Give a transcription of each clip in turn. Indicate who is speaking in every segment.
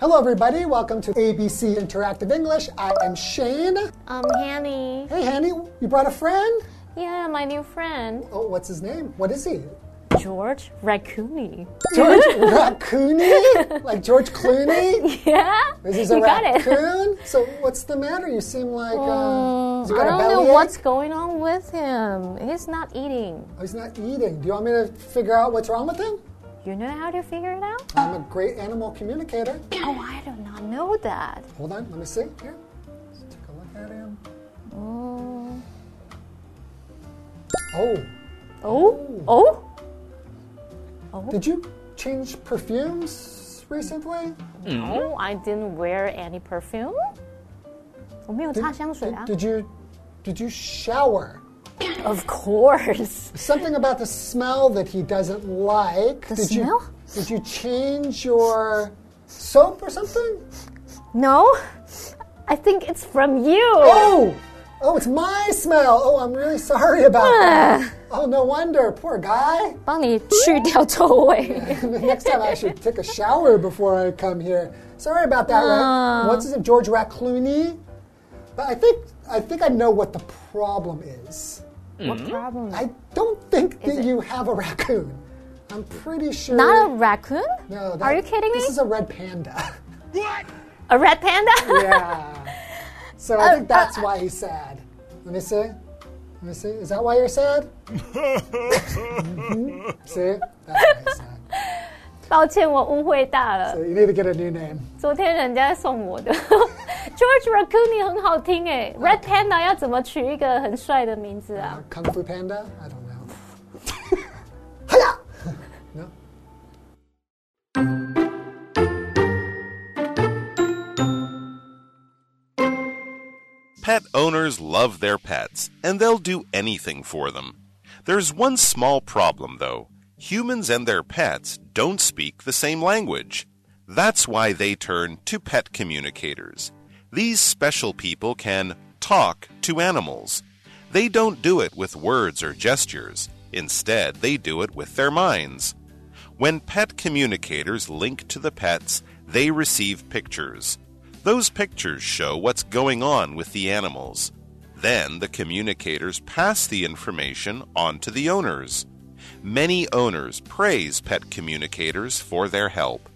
Speaker 1: Hello, everybody. Welcome to ABC Interactive English. I am Shane.
Speaker 2: Um, Hanny.
Speaker 1: Hey, Hanny, you brought a friend?
Speaker 2: Yeah, my new friend,
Speaker 1: Oh, what's his name? What is he?
Speaker 2: George Raccoony.
Speaker 1: George Raccoony? Like George Clooney?
Speaker 2: Yeah?
Speaker 1: Is this a
Speaker 2: you got it.
Speaker 1: raccoon? So, what's the matter? You seem like. Uh, has he
Speaker 2: I
Speaker 1: got a
Speaker 2: don't know
Speaker 1: bellyache?
Speaker 2: what's going on with him. He's not eating.
Speaker 1: Oh, he's not eating. Do you want me to figure out what's wrong with him?
Speaker 2: You know how to figure it out?
Speaker 1: I'm a great animal communicator.
Speaker 2: Oh, I do not know that.
Speaker 1: Hold on, let me see. Here. Let's take a look at him.
Speaker 2: Mm.
Speaker 1: Oh,
Speaker 2: Oh? Oh?
Speaker 1: did you change perfumes recently?
Speaker 2: No, Oh, I didn't wear any perfume.
Speaker 1: Oh,
Speaker 2: 我没有擦香水啊。
Speaker 1: Did you did you shower?
Speaker 2: Of course.
Speaker 1: Something about the smell that he doesn't like.
Speaker 2: The
Speaker 1: did
Speaker 2: smell?
Speaker 1: You, did you change your soap or something?
Speaker 2: No? I think it's from you.
Speaker 1: Oh, oh, it's my smell. Oh, I'm really sorry about
Speaker 2: Ah.
Speaker 1: that. Oh, no wonder. Poor guy.
Speaker 2: 帮你去掉臭味。
Speaker 1: The Next time I should take a shower before I come here. Sorry about that. Right?
Speaker 2: Ah.
Speaker 1: What's his name? George Raclooney. But I think I think I know what the problem is.
Speaker 2: What problem?
Speaker 1: I don't think that
Speaker 2: it-
Speaker 1: you have a raccoon. I'm pretty sure.
Speaker 2: Not a raccoon?
Speaker 1: No, that-
Speaker 2: Are you kidding me?
Speaker 1: This is a red panda.
Speaker 2: A red panda?
Speaker 1: yeah. So
Speaker 2: Oh,
Speaker 1: I think
Speaker 2: uh,
Speaker 1: that's why he's sad. Let me see. Let me see. Is that why you're sad? Mhm. See? That's why he's sad.
Speaker 2: 抱歉，我误会大了
Speaker 1: So。you need to get a new name.
Speaker 2: 昨天人家送我的 George Raccoon 很好听哎，Red Panda 要怎么取一个很帅的名字啊
Speaker 1: Kung Fu Panda? I don't know. no?
Speaker 3: Pet owners love their pets, and they'll do anything for them. There's one small problem, though humans and their pets don't speak the same language. That's why they turn to pet communicators. These special people can talk to animals. They don't do it with words or gestures, instead, they do it with their minds. When pet communicators link to the pets, they receive pictures. Those pictures show what's going on with the animals. Then the communicators pass the information on to the owners. Many owners praise pet communicators for their help.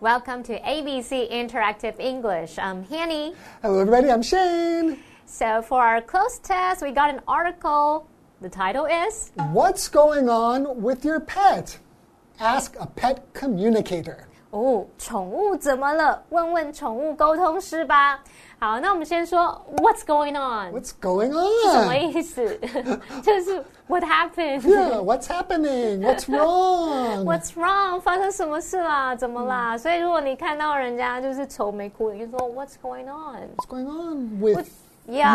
Speaker 2: ？Welcome to ABC Interactive English. I'm Hanny.
Speaker 1: Hello, everybody. I'm Shane.
Speaker 2: So for our close test, we got an article. The title is
Speaker 1: What's going on with your pet? Ask a pet communicator.
Speaker 2: 哦，Oh, 宠物怎么了？问问宠物沟通师吧。好，那我们先说 What's going on？
Speaker 1: What's going
Speaker 2: 什么
Speaker 1: on?
Speaker 2: 意思？ 就是 What happened？
Speaker 1: Yeah, what's happening? What's wrong?
Speaker 2: What's wrong？发生什么事啦？怎么啦？所以如果你看到人家就是愁眉苦脸，就说 What's going on？Yeah，with
Speaker 1: What's going on with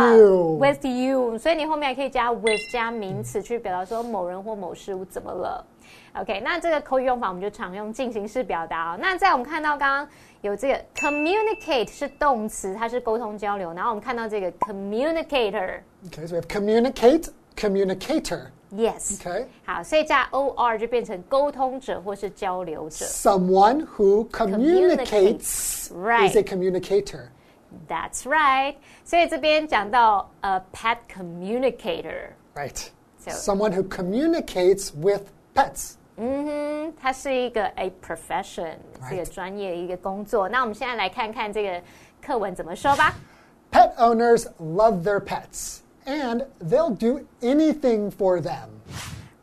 Speaker 1: you.
Speaker 2: with you，所以你后面还可以加 with 加名词去表达说某人或某事物怎么了。OK，那这个口语用法我们就常用进行式表达、哦。那在我们看到刚刚有这个 communicate 是动词，它是沟通交流，然后我们看到这个 communicator，yes，、
Speaker 1: Okay, so we have communicate, communicator. Okay.
Speaker 2: 好，所以加 or 就变成沟通者或是交流者。
Speaker 1: Someone who communicates,
Speaker 2: Communicates, right.
Speaker 1: is a communicator.
Speaker 2: That's right. 所以这边讲到呃 pet communicator，
Speaker 1: Right.
Speaker 2: So-
Speaker 1: Someone who communicates with pets.
Speaker 2: 嗯哼，它是一个 a profession，是一个
Speaker 1: Right.
Speaker 2: 专业的一个工作。那我们现在来看看这个课文怎么说吧。
Speaker 1: Pet owners love their pets, and they'll do anything for them.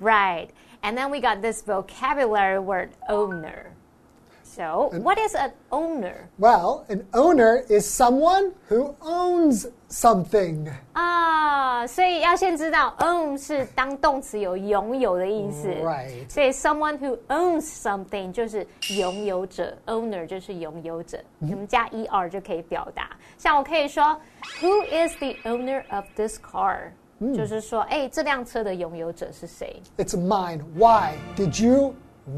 Speaker 2: Right. And then we got this vocabulary word owner. So, what is an owner?
Speaker 1: Well, an owner is someone who owns something.
Speaker 2: 啊，所以要先知道 own 是当动词有拥有的意思。
Speaker 1: Right.
Speaker 2: 所以 someone who owns something 就是拥有者，owner 就是拥有者，我们加 er 就可以表达。像我可以说，Who is the owner of this car？就是说，哎、这辆车的拥有者是谁？
Speaker 1: It's mine. Why? Did you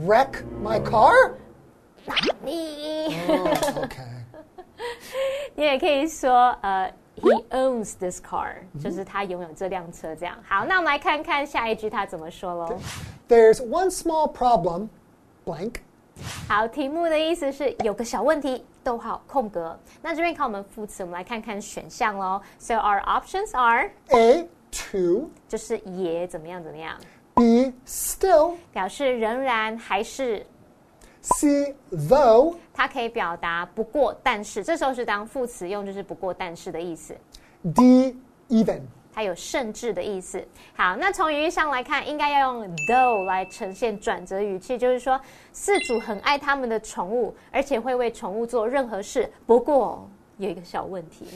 Speaker 1: wreck my car?
Speaker 2: 你。
Speaker 1: Oh, okay.
Speaker 2: 你也可以说，呃、 He owns this car，就是他拥有这辆车。这样，好，那我们来看看下一句他怎么说喽。
Speaker 1: There's one small problem, blank.
Speaker 2: 好，题目的意思是有个小问题，逗号空格。那这边看我们副词，我们来看看选项喽。So our options are
Speaker 1: A, two.
Speaker 2: 就是也怎么样怎么样，
Speaker 1: B, still.
Speaker 2: 表示仍然还是。
Speaker 1: C, though.
Speaker 2: 它可以表达不过但是，这时候是当副词用，就是不过但是的意思。
Speaker 1: D, even.
Speaker 2: 它有甚至的意思。好，那从语义上来看，应该要用 though 来呈现转折语气，就是说饲主很爱他们的宠物，而且会为宠物做任何事。不过有一个小问题，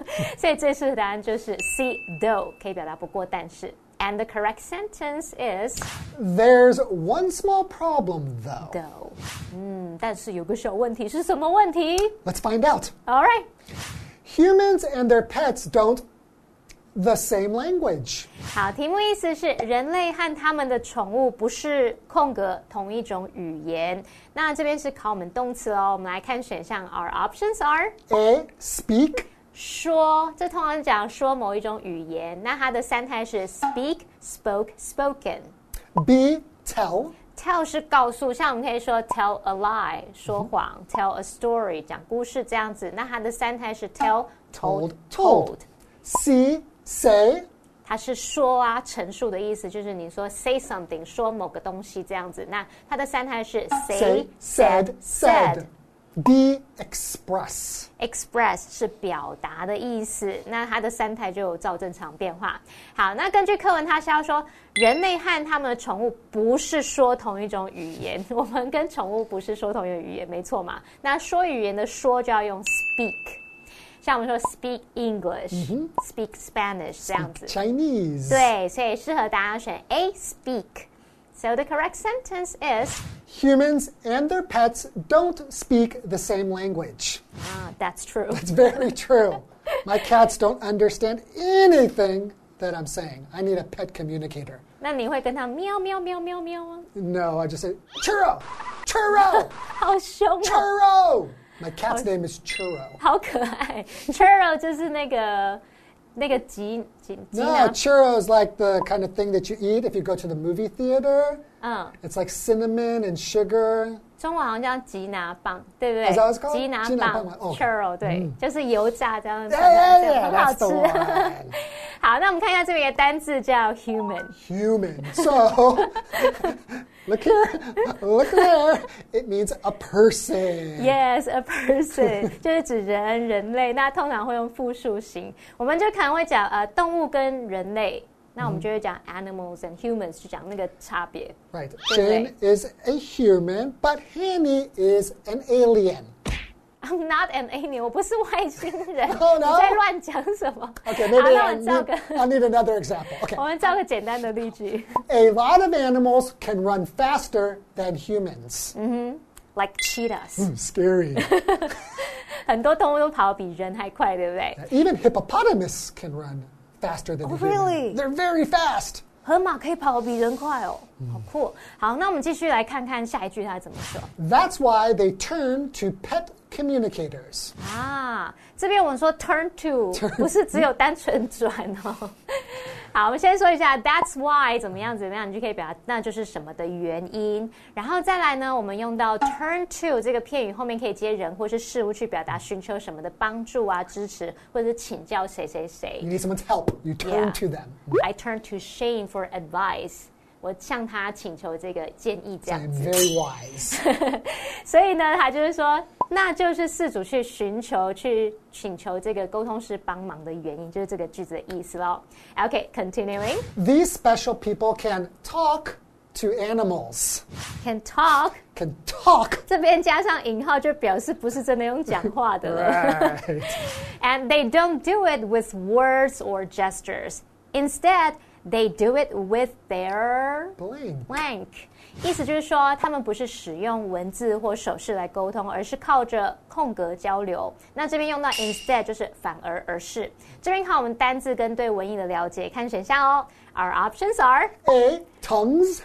Speaker 2: 所以最适合答案就是 C though 可以表达不过但是。And the correct sentence is
Speaker 1: There's one small problem, though.
Speaker 2: though。嗯，但是有个小问题是什么问题
Speaker 1: Let's find out.
Speaker 2: ？All right。
Speaker 1: Humans and their pets don't the same language.
Speaker 2: 好，题目意思是人类和他们的宠物不是空格同一种语言。那这边是考我们动词哦，我们来看选项。Our options are
Speaker 1: A, speak.
Speaker 2: 说，这通常讲说某一种语言。那它的三态是 speak、spoke、spoken。
Speaker 1: B, tell.
Speaker 2: Tell 是告诉，像我们可以说 tell a lie 说谎，tell a story 讲故事这样子。那它的三态是 tell、told、
Speaker 1: told
Speaker 2: told。
Speaker 1: C, say.
Speaker 2: 它是说啊，陈述的意思，就是你说 say something，说某个东西这样子。那它的三态是 say,
Speaker 1: Say, said, said. D, express.
Speaker 2: express 是表达的意思。那它的三态就有照正常变化。好，那根据课文，它是要说人类和他们的宠物不是说同一种语言，我们跟宠物不是说同一种语言，没错嘛？那说语言的说就要用 speak，像我们说 speak English，speak、Spanish 这样子。
Speaker 1: Chinese.
Speaker 2: 对，所以适合答案选 A speak。So the correct sentence is
Speaker 1: Humans and their pets don't speak the same language.
Speaker 2: ah, that's true.
Speaker 1: It's very true. My cats don't understand anything that I'm saying. I need a pet communicator.
Speaker 2: 那你会跟它喵喵喵喵喵吗？
Speaker 1: No, I just say churro, churro,
Speaker 2: 好凶哦，
Speaker 1: churro. My cat's name is churro.
Speaker 2: 好可爱。Churro 就是那个那个吉吉吉
Speaker 1: No,
Speaker 2: 拿，
Speaker 1: churro is like the kind of thing that you eat if you go to the movie theater.
Speaker 2: 嗯，
Speaker 1: It's like cinnamon and sugar.
Speaker 2: 中文好像叫吉拿棒，对不
Speaker 1: 哦是啊是
Speaker 2: 对？
Speaker 1: 啊
Speaker 2: 吉拿
Speaker 1: 吉拿棒
Speaker 2: 棒
Speaker 1: 嘛哦
Speaker 2: ，Churro 对，就是油炸这样子，
Speaker 1: Yeah, yeah,
Speaker 2: 对
Speaker 1: yeah,
Speaker 2: 很
Speaker 1: that's
Speaker 2: 好吃
Speaker 1: the。one.
Speaker 2: 好，那我们看一下这边有个单字叫 human。
Speaker 1: Human. So, look here, look there. It means a person.
Speaker 2: Yes, a person 就是指人、人类。那通常会用复数形，我们就可能会讲呃动物跟人类，那
Speaker 1: 嗯
Speaker 2: 我们就会讲 animals and humans，就讲那个差别。
Speaker 1: Right.
Speaker 2: Okay.
Speaker 1: Jane is a human, but Hanny is an alien.
Speaker 2: I'm not an alien，我不是外星人。
Speaker 1: Oh, no.
Speaker 2: 你在乱讲什么
Speaker 1: Okay, maybe
Speaker 2: 好，那我
Speaker 1: I
Speaker 2: 们造
Speaker 1: need,
Speaker 2: 个，
Speaker 1: I need another example. Okay.
Speaker 2: 我们造个简单的例句
Speaker 1: A lot of animals can run faster than humans.
Speaker 2: ，like
Speaker 1: 嗯
Speaker 2: cheetahs，、
Speaker 1: Scary.
Speaker 2: 很多动物都跑得比人还快，对不对？
Speaker 1: Even hippopotamus can run faster than a human.
Speaker 2: really?
Speaker 1: They're very fast.
Speaker 2: 河马可以跑得比人快哦，
Speaker 1: 嗯
Speaker 2: 好酷。好，那我们继续来看看下一句它怎么说。
Speaker 1: That's why they turn to pet communicators.
Speaker 2: 啊，这边我们说 turn to，不是只有单纯转哦。 好，我们先说一下 that's why 怎么样怎么样，你就可以表达那就是什么的原因。然后再来呢，我们用到 turn to 这个片语后面可以接人或是事物去表达寻求什么的帮助啊、支持或者是请教谁谁谁
Speaker 1: You。need someone's help. You turn
Speaker 2: Yeah.
Speaker 1: to them.
Speaker 2: I turn to Shane for advice。我向他请求这个建议，这样
Speaker 1: I'm very wise.
Speaker 2: 所以呢，他就是说，那就是事主去寻求、去请求这个沟通师帮忙的原因，就是这个句子的意思喽。OK，continuing、
Speaker 1: These special people can talk to animals.
Speaker 2: can talk，
Speaker 1: Can talk.
Speaker 2: 这边加上引号就表示不是真的用讲话的了。
Speaker 1: Right.
Speaker 2: And they don't do it with words or gestures. Instead, they do it with their
Speaker 1: Blame.
Speaker 2: blank，意思就是说他们不是使用文字或手势来沟通，而是靠着空格交流。那这边用到 instead 就是反而而是。这边看我们单字跟对文意的了解，看选项哦。Our options are
Speaker 1: A. Tongues.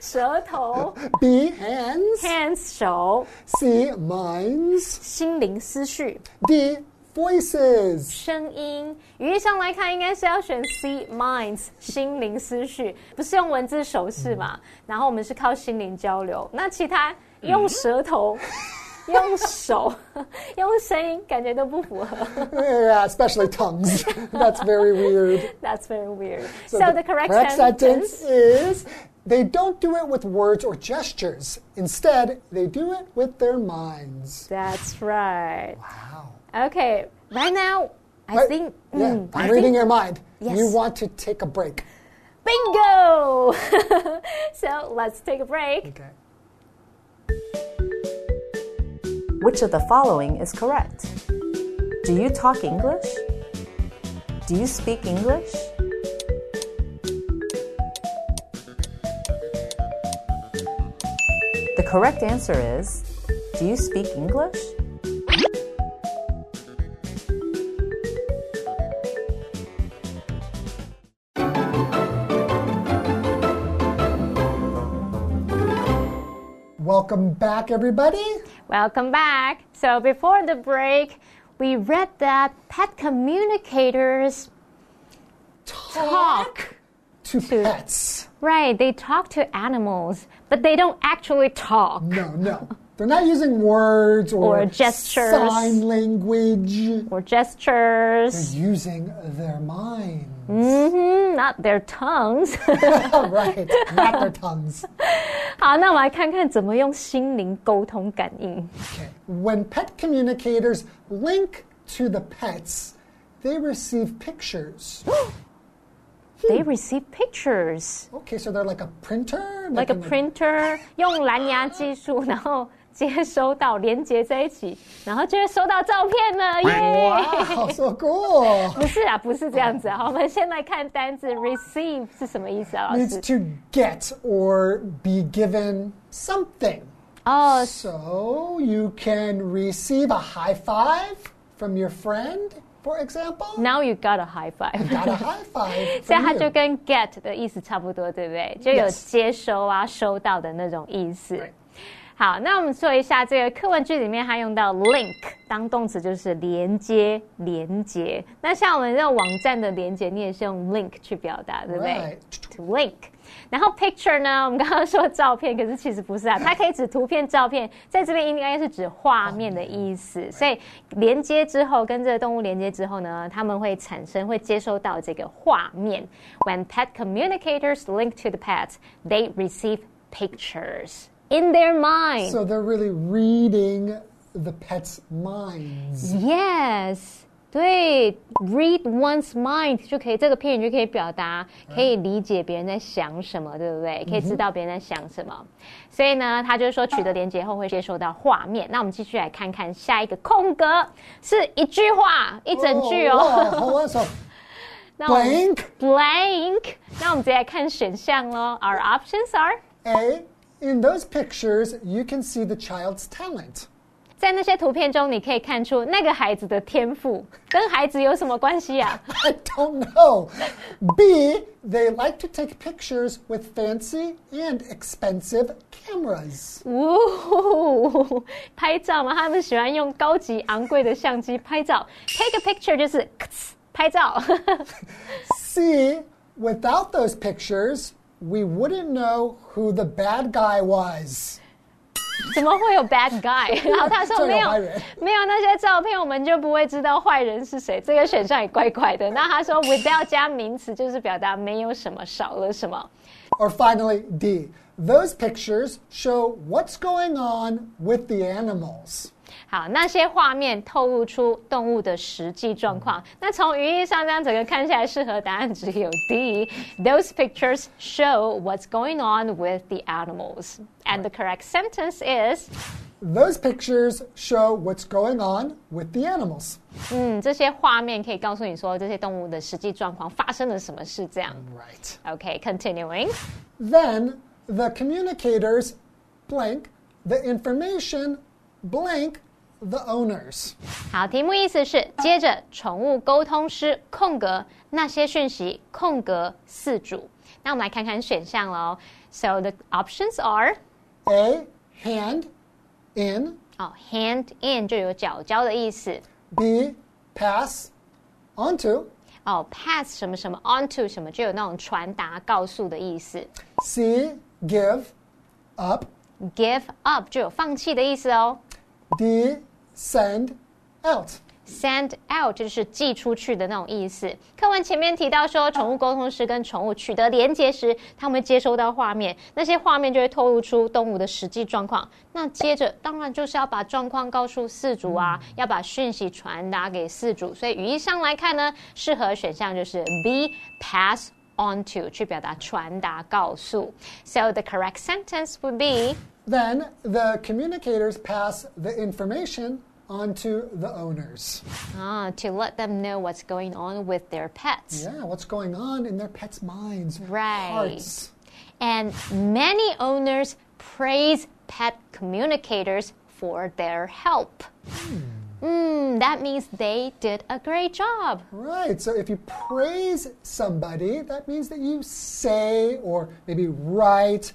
Speaker 2: 舌头、
Speaker 1: B. Hands.
Speaker 2: hands 手、
Speaker 1: C. Minds.
Speaker 2: 心灵思绪、
Speaker 1: D. voices.
Speaker 2: 声音。语义上来看，应该是要选 C minds 心灵思绪，不是用文字手势嘛？然后我们是靠心灵交流，那其他用舌头、用手、 用声音，感觉都不符合。
Speaker 1: yeah, especially tongues. That's very weird.
Speaker 2: That's very weird. So,
Speaker 1: So
Speaker 2: the, correct,
Speaker 1: sentence,
Speaker 2: sentence.
Speaker 1: is they don't do it with words or gestures. Instead, they do it with their minds.
Speaker 2: That's right.
Speaker 1: Wow.
Speaker 2: Okay, right now, I
Speaker 1: Right.
Speaker 2: think
Speaker 1: Yeah,
Speaker 2: mm,
Speaker 1: I'm reading your mind.
Speaker 2: Yes.
Speaker 1: You want to take a break.
Speaker 2: bingo. so let's take a break.
Speaker 1: Okay.
Speaker 4: Which of the following is correct? Do you talk English? Do you speak English? The correct answer is Do you speak English?
Speaker 1: Welcome back, everybody.
Speaker 2: Welcome back. So before the break, we read that pet communicators talk.
Speaker 1: To pets.
Speaker 2: Right, they talk to animals, but they don't actually talk.
Speaker 1: No, no. They're not using words or,
Speaker 2: Or gestures.
Speaker 1: sign language.
Speaker 2: Or gestures,
Speaker 1: Using their minds.
Speaker 2: hmm not their tongues.
Speaker 1: right, not their tongues.
Speaker 2: 好，那我们来看看怎么用心灵沟通感应。
Speaker 1: Okay. When pet communicators link to the pets, they receive pictures.
Speaker 2: They receive pictures.
Speaker 1: Okay, so they're like a printer?
Speaker 2: like a
Speaker 1: an-
Speaker 2: printer 用蓝牙技术， 然后接收到连接在一起，然后就会收到照片了，耶！
Speaker 1: Wow, Oh, so cool.
Speaker 2: 不是啊，不是这样子啊。 好我们先来看单字 receive 是什么意思啊，老
Speaker 1: Needs
Speaker 2: 师？
Speaker 1: to get or be given something.
Speaker 2: 哦
Speaker 1: So you can receive a high five from your friend, for example.
Speaker 2: ，Now you got a high five。
Speaker 1: Got a high five.
Speaker 2: 所以
Speaker 1: from
Speaker 2: 它
Speaker 1: you.
Speaker 2: 就跟 get 的意思差不多，对不对？就有
Speaker 1: 哎 Yes
Speaker 2: 接收啊、收到的那种意思
Speaker 1: Right。
Speaker 2: 好，那我们说一下这个课文句里面，它用到 link 当动词，就是连接、连接。那像我们这种网站的连接，你也是用 link 去表达，对不对
Speaker 1: Right.
Speaker 2: to link。然后 picture 呢，我们刚刚说照片，可是其实不是啊，它可以指图片、照片，在这边应该是指画面的意思。所以连接之后，跟这个动物连接之后呢，它们会产生会接收到这个画面。When pet communicators link to the pets, they receive pictures in their mind.
Speaker 1: So they're really reading the pet's minds.
Speaker 2: Yes，对，read one's mind 就可以，这个片语就可以表达，可以理解别人在想什么，对不对？可以知道别人在想什么。所以呢，他就是说取得连接后会接收到画面。那我们继续来看看下一个空格，是一句话，一整句哦。
Speaker 1: Oh, wow, hold on. So
Speaker 2: 那我们
Speaker 1: blank
Speaker 2: blank。那我们直接来看选项喽。Our options are
Speaker 1: A. In those pictures, you can see the child's talent.
Speaker 2: 在那些图片中，你可以看出那个孩子的天赋跟孩子有什么关系啊？
Speaker 1: I don't know. B. They like to take pictures with fancy and expensive cameras.
Speaker 2: 哦，拍照嘛，他们喜欢用高级昂贵的相机拍照。Take a picture 就是咔呲拍照。
Speaker 1: C. Without those pictures, we wouldn't know who the bad guy was.
Speaker 2: 怎么会有 bad guy？然后他说
Speaker 1: 这有
Speaker 2: 没有
Speaker 1: 坏人，
Speaker 2: 没有那些照片，我们就不会知道坏人是谁。这个选项也怪怪的。那他说 without 加名词，就是表达没有什么，少了什么。
Speaker 1: Or finally, D. Those pictures show what's going on with the animals.
Speaker 2: 好，那些画面透露出动物的实际状况。那从语义上，这样整个看下来，适合答案只有 D。Those pictures show what's going on with the animals. And the correct sentence is，
Speaker 1: Those pictures show what's going on with the animals.
Speaker 2: 嗯，这些画面可以告诉你说这些动物的实际状况发生了什么事。这样
Speaker 1: Right.
Speaker 2: ，OK，continuing，、
Speaker 1: Then the communicators blank, the information blank, the owners.
Speaker 2: 好，题目意思是接着宠物沟通师空格那些讯息空格四组。那我们来看看选项喽。So the options are。
Speaker 1: A, hand, in.
Speaker 2: 哦，hand in 就有脚胶的意思。
Speaker 1: B, pass onto,
Speaker 2: 哦，pass 什么什么 onto 什么，就有那种传达、告诉的意思。
Speaker 1: C, give, up,
Speaker 2: give up 就有放弃的意思哦。
Speaker 1: D, send, out.
Speaker 2: send out 就是寄出去的那种意思。课文前面提到说，宠物沟通师跟宠物取得连接时，他们会接收到画面，那些画面就会透露出动物的实际状况。那接着当然就是要把状况告诉饲主啊，要把讯息传达给饲主。所以语义上来看呢，适合选项就是 B pass on to 去表达传达告诉。So the correct sentence would be
Speaker 1: Then the communicators pass the information onto the owners.
Speaker 2: ah to let them know what's going on with their pets.
Speaker 1: Yeah, what's going on in their pets' minds,
Speaker 2: Right.
Speaker 1: hearts.
Speaker 2: and many owners praise pet communicators for their help. Mm, that means they did a great job.
Speaker 1: Right. So if you praise somebody, that means that you say or maybe write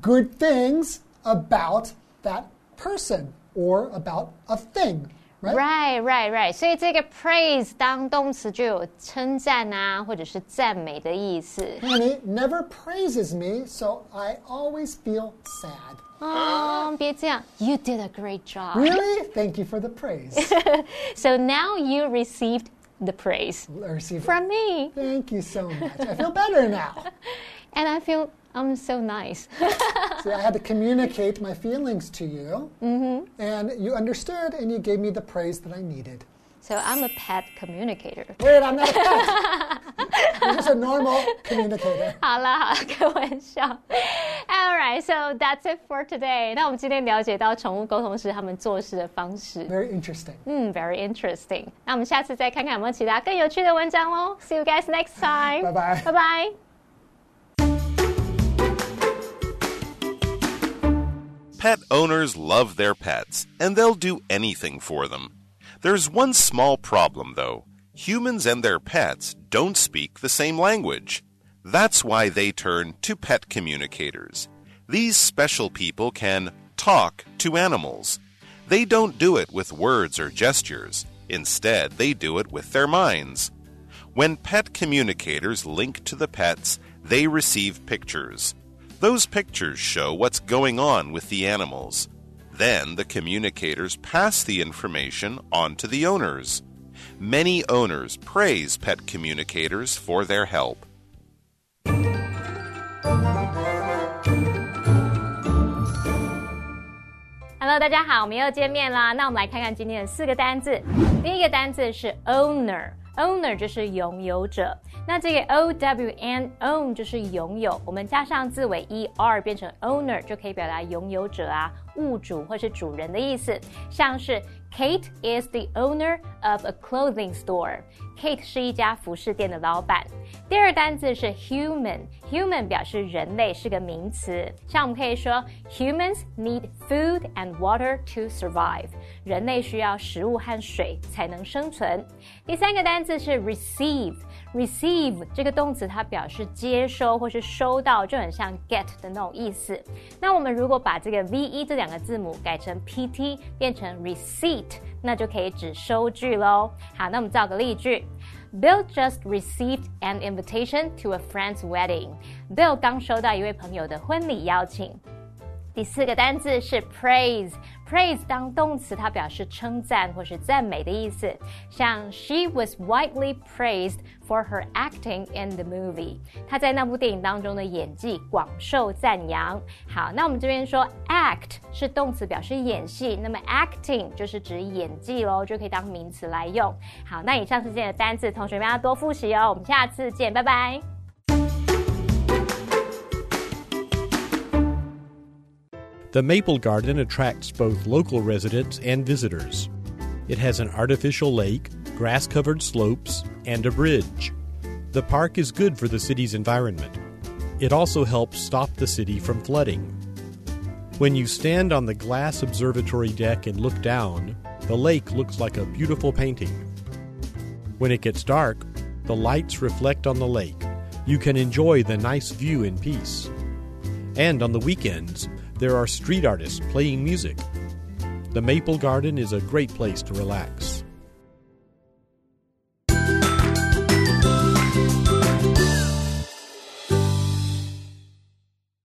Speaker 1: good things about that person or about a thing. Right?
Speaker 2: Right, right, right. 所以这个 praise 当动词就有称赞啊，或者是赞美的意思。
Speaker 1: Annie never praises me, so I always feel sad.
Speaker 2: 哦，别这样，You did a great job.
Speaker 1: Really? Thank you for the praise.
Speaker 2: So now you received the praise
Speaker 1: I received it.
Speaker 2: from me,
Speaker 1: Thank you so much. I feel better now.
Speaker 2: and I feel I'm so nice.
Speaker 1: See, I had to communicate my feelings to you, and you understood, and you gave me the praise that I needed.
Speaker 2: So I'm a pet communicator.
Speaker 1: Wait, I'm not a pet. I'm just a normal communicator.
Speaker 2: 好啦， 好啦，开玩笑。All right, so that's it for today. 那我们今天了解到宠物沟通师他们做事的方式，
Speaker 1: Very interesting.
Speaker 2: 嗯，very interesting。那我们下次再看看有没有其他更有趣的文章喽。See you guys next time.
Speaker 1: 拜拜
Speaker 2: 拜拜。
Speaker 3: Pet owners love their pets, and they'll do anything for them. There's one small problem, though humans and their pets don't speak the same language. That's why they turn to pet communicators. These special people can talk to animals. They don't do it with words or gestures, instead, they do it with their minds. When pet communicators link to the pets, they receive pictures. Those pictures show what's going on with the animals. Then the communicators pass the information on to the owners. Many owners praise pet communicators for their help.
Speaker 2: Hello，大家好，我们又见面啦。那我们来看看今天的四个单字。第一个单字是 owner。Owner 就是拥有者，那这个 O W N own 就是拥有，我们加上字尾 E R 变成 owner 就可以表达拥有者啊、物主或是主人的意思。像是 Kate is the owner of a clothing store。Kate 是一家服饰店的老板。第二单字是 human。Human 表示人类是个名词，像我们可以说 humans need food and water to survive。人类需要食物和水才能生存。第三个单字是 receive。receive 这个动词它表示接收或是收到，就很像 get 的那种意思。那我们如果把这个 v e 这两个字母改成 p t，变成 receipt，那就可以指收据喽。好，那我们造个例句。Bill just received an invitation to a friend's wedding. Bill 刚收到一位朋友的婚礼邀请。第四个单字是 praise。praise 当动词，它表示称赞或是赞美的意思。像 She was widely praised for her acting in the movie。她在那部电影当中的演技广受赞扬。好，那我们这边说 act 是动词，表示演戏，那么 acting 就是指演技喽，就可以当名词来用。好，那以上是今天的单字，同学们要多复习哦。我们下次见，拜拜。
Speaker 5: The Maple Garden attracts both local residents and visitors. It has an artificial lake, grass covered slopes, and a bridge. The park is good for the city's environment. It also helps stop the city from flooding. When you stand on the glass observatory deck and look down, the lake looks like a beautiful painting. When it gets dark, the lights reflect on the lake. You can enjoy the nice view in peace. And on the weekends, there are street artists playing music. The Maple Garden is a great place to relax.